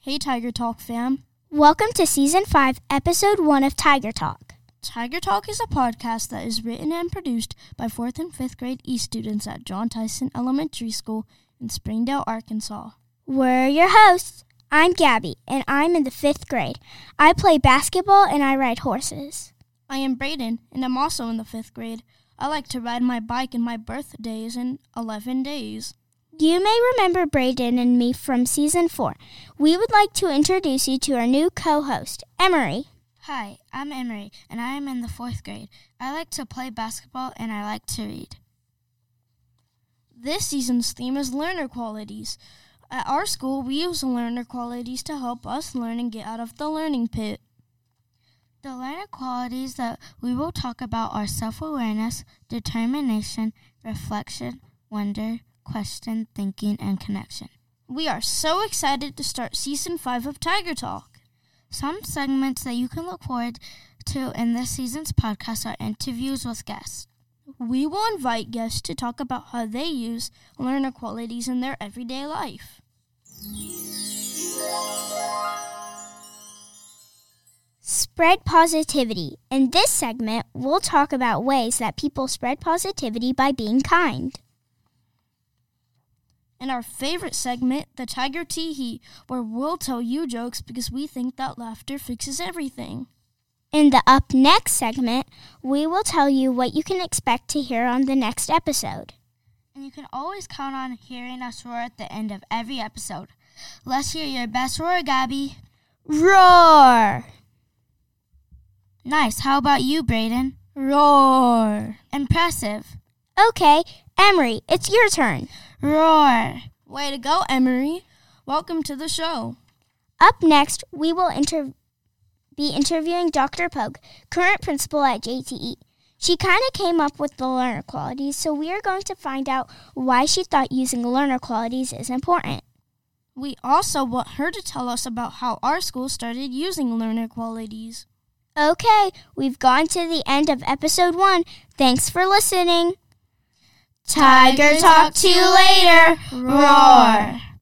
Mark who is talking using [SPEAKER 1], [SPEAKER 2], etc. [SPEAKER 1] Hey, Tiger Talk fam.
[SPEAKER 2] Welcome to Season 5, Episode 1 of Tiger Talk.
[SPEAKER 1] Tiger Talk is a podcast that is written and produced by 4th and 5th grade E students at John Tyson Elementary School in Springdale, Arkansas.
[SPEAKER 2] We're your hosts. I'm Gabby, and I'm in the fifth grade. I play basketball and I ride horses.
[SPEAKER 1] I am Braden, and I'm also in the 5th grade. I like to ride my bike, and my birthday is in 11 days.
[SPEAKER 2] You may remember Braden and me from Season 4. We would like to introduce you to our new co host, Emery.
[SPEAKER 3] Hi, I'm Emery, and I am in the fourth grade. I like to play basketball and I like to read.
[SPEAKER 1] This season's theme is learner qualities. At our school, we use learner qualities to help us learn and get out of the learning pit.
[SPEAKER 3] The learner qualities that we will talk about are self awareness, determination, reflection, wonder, question, thinking, and connection.
[SPEAKER 1] We are so excited to start season 5 of Tiger Talk.
[SPEAKER 3] Some segments that you can look forward to in this season's podcast are interviews with guests.
[SPEAKER 1] We will invite guests to talk about how they use learner qualities in their everyday life.
[SPEAKER 2] Spread positivity. In this segment, we'll talk about ways that people spread positivity by being kind.
[SPEAKER 1] And our favorite segment, the Tiger Tee Heat, where we'll tell you jokes because we think that laughter fixes everything.
[SPEAKER 2] In the up next segment, we will tell you what you can expect to hear on the next episode.
[SPEAKER 3] And you can always count on hearing us roar at the end of every episode. Let's hear your best roar, Gabby.
[SPEAKER 2] Roar!
[SPEAKER 3] Nice. How about you, Brayden?
[SPEAKER 1] Roar!
[SPEAKER 3] Impressive.
[SPEAKER 2] Okay, Emery, it's your turn.
[SPEAKER 3] Roar.
[SPEAKER 1] Way to go, Emery. Welcome to the show.
[SPEAKER 2] Up next, we will inter- be interviewing Dr. Pogue, current principal at JTE. She kind of came up with the learner qualities, so we are going to find out why she thought using learner qualities is important.
[SPEAKER 1] We also want her to tell us about how our school started using learner qualities.
[SPEAKER 2] Okay, we've gone to the end of episode one. Thanks for listening.
[SPEAKER 3] Tiger, talk to you later. Roar.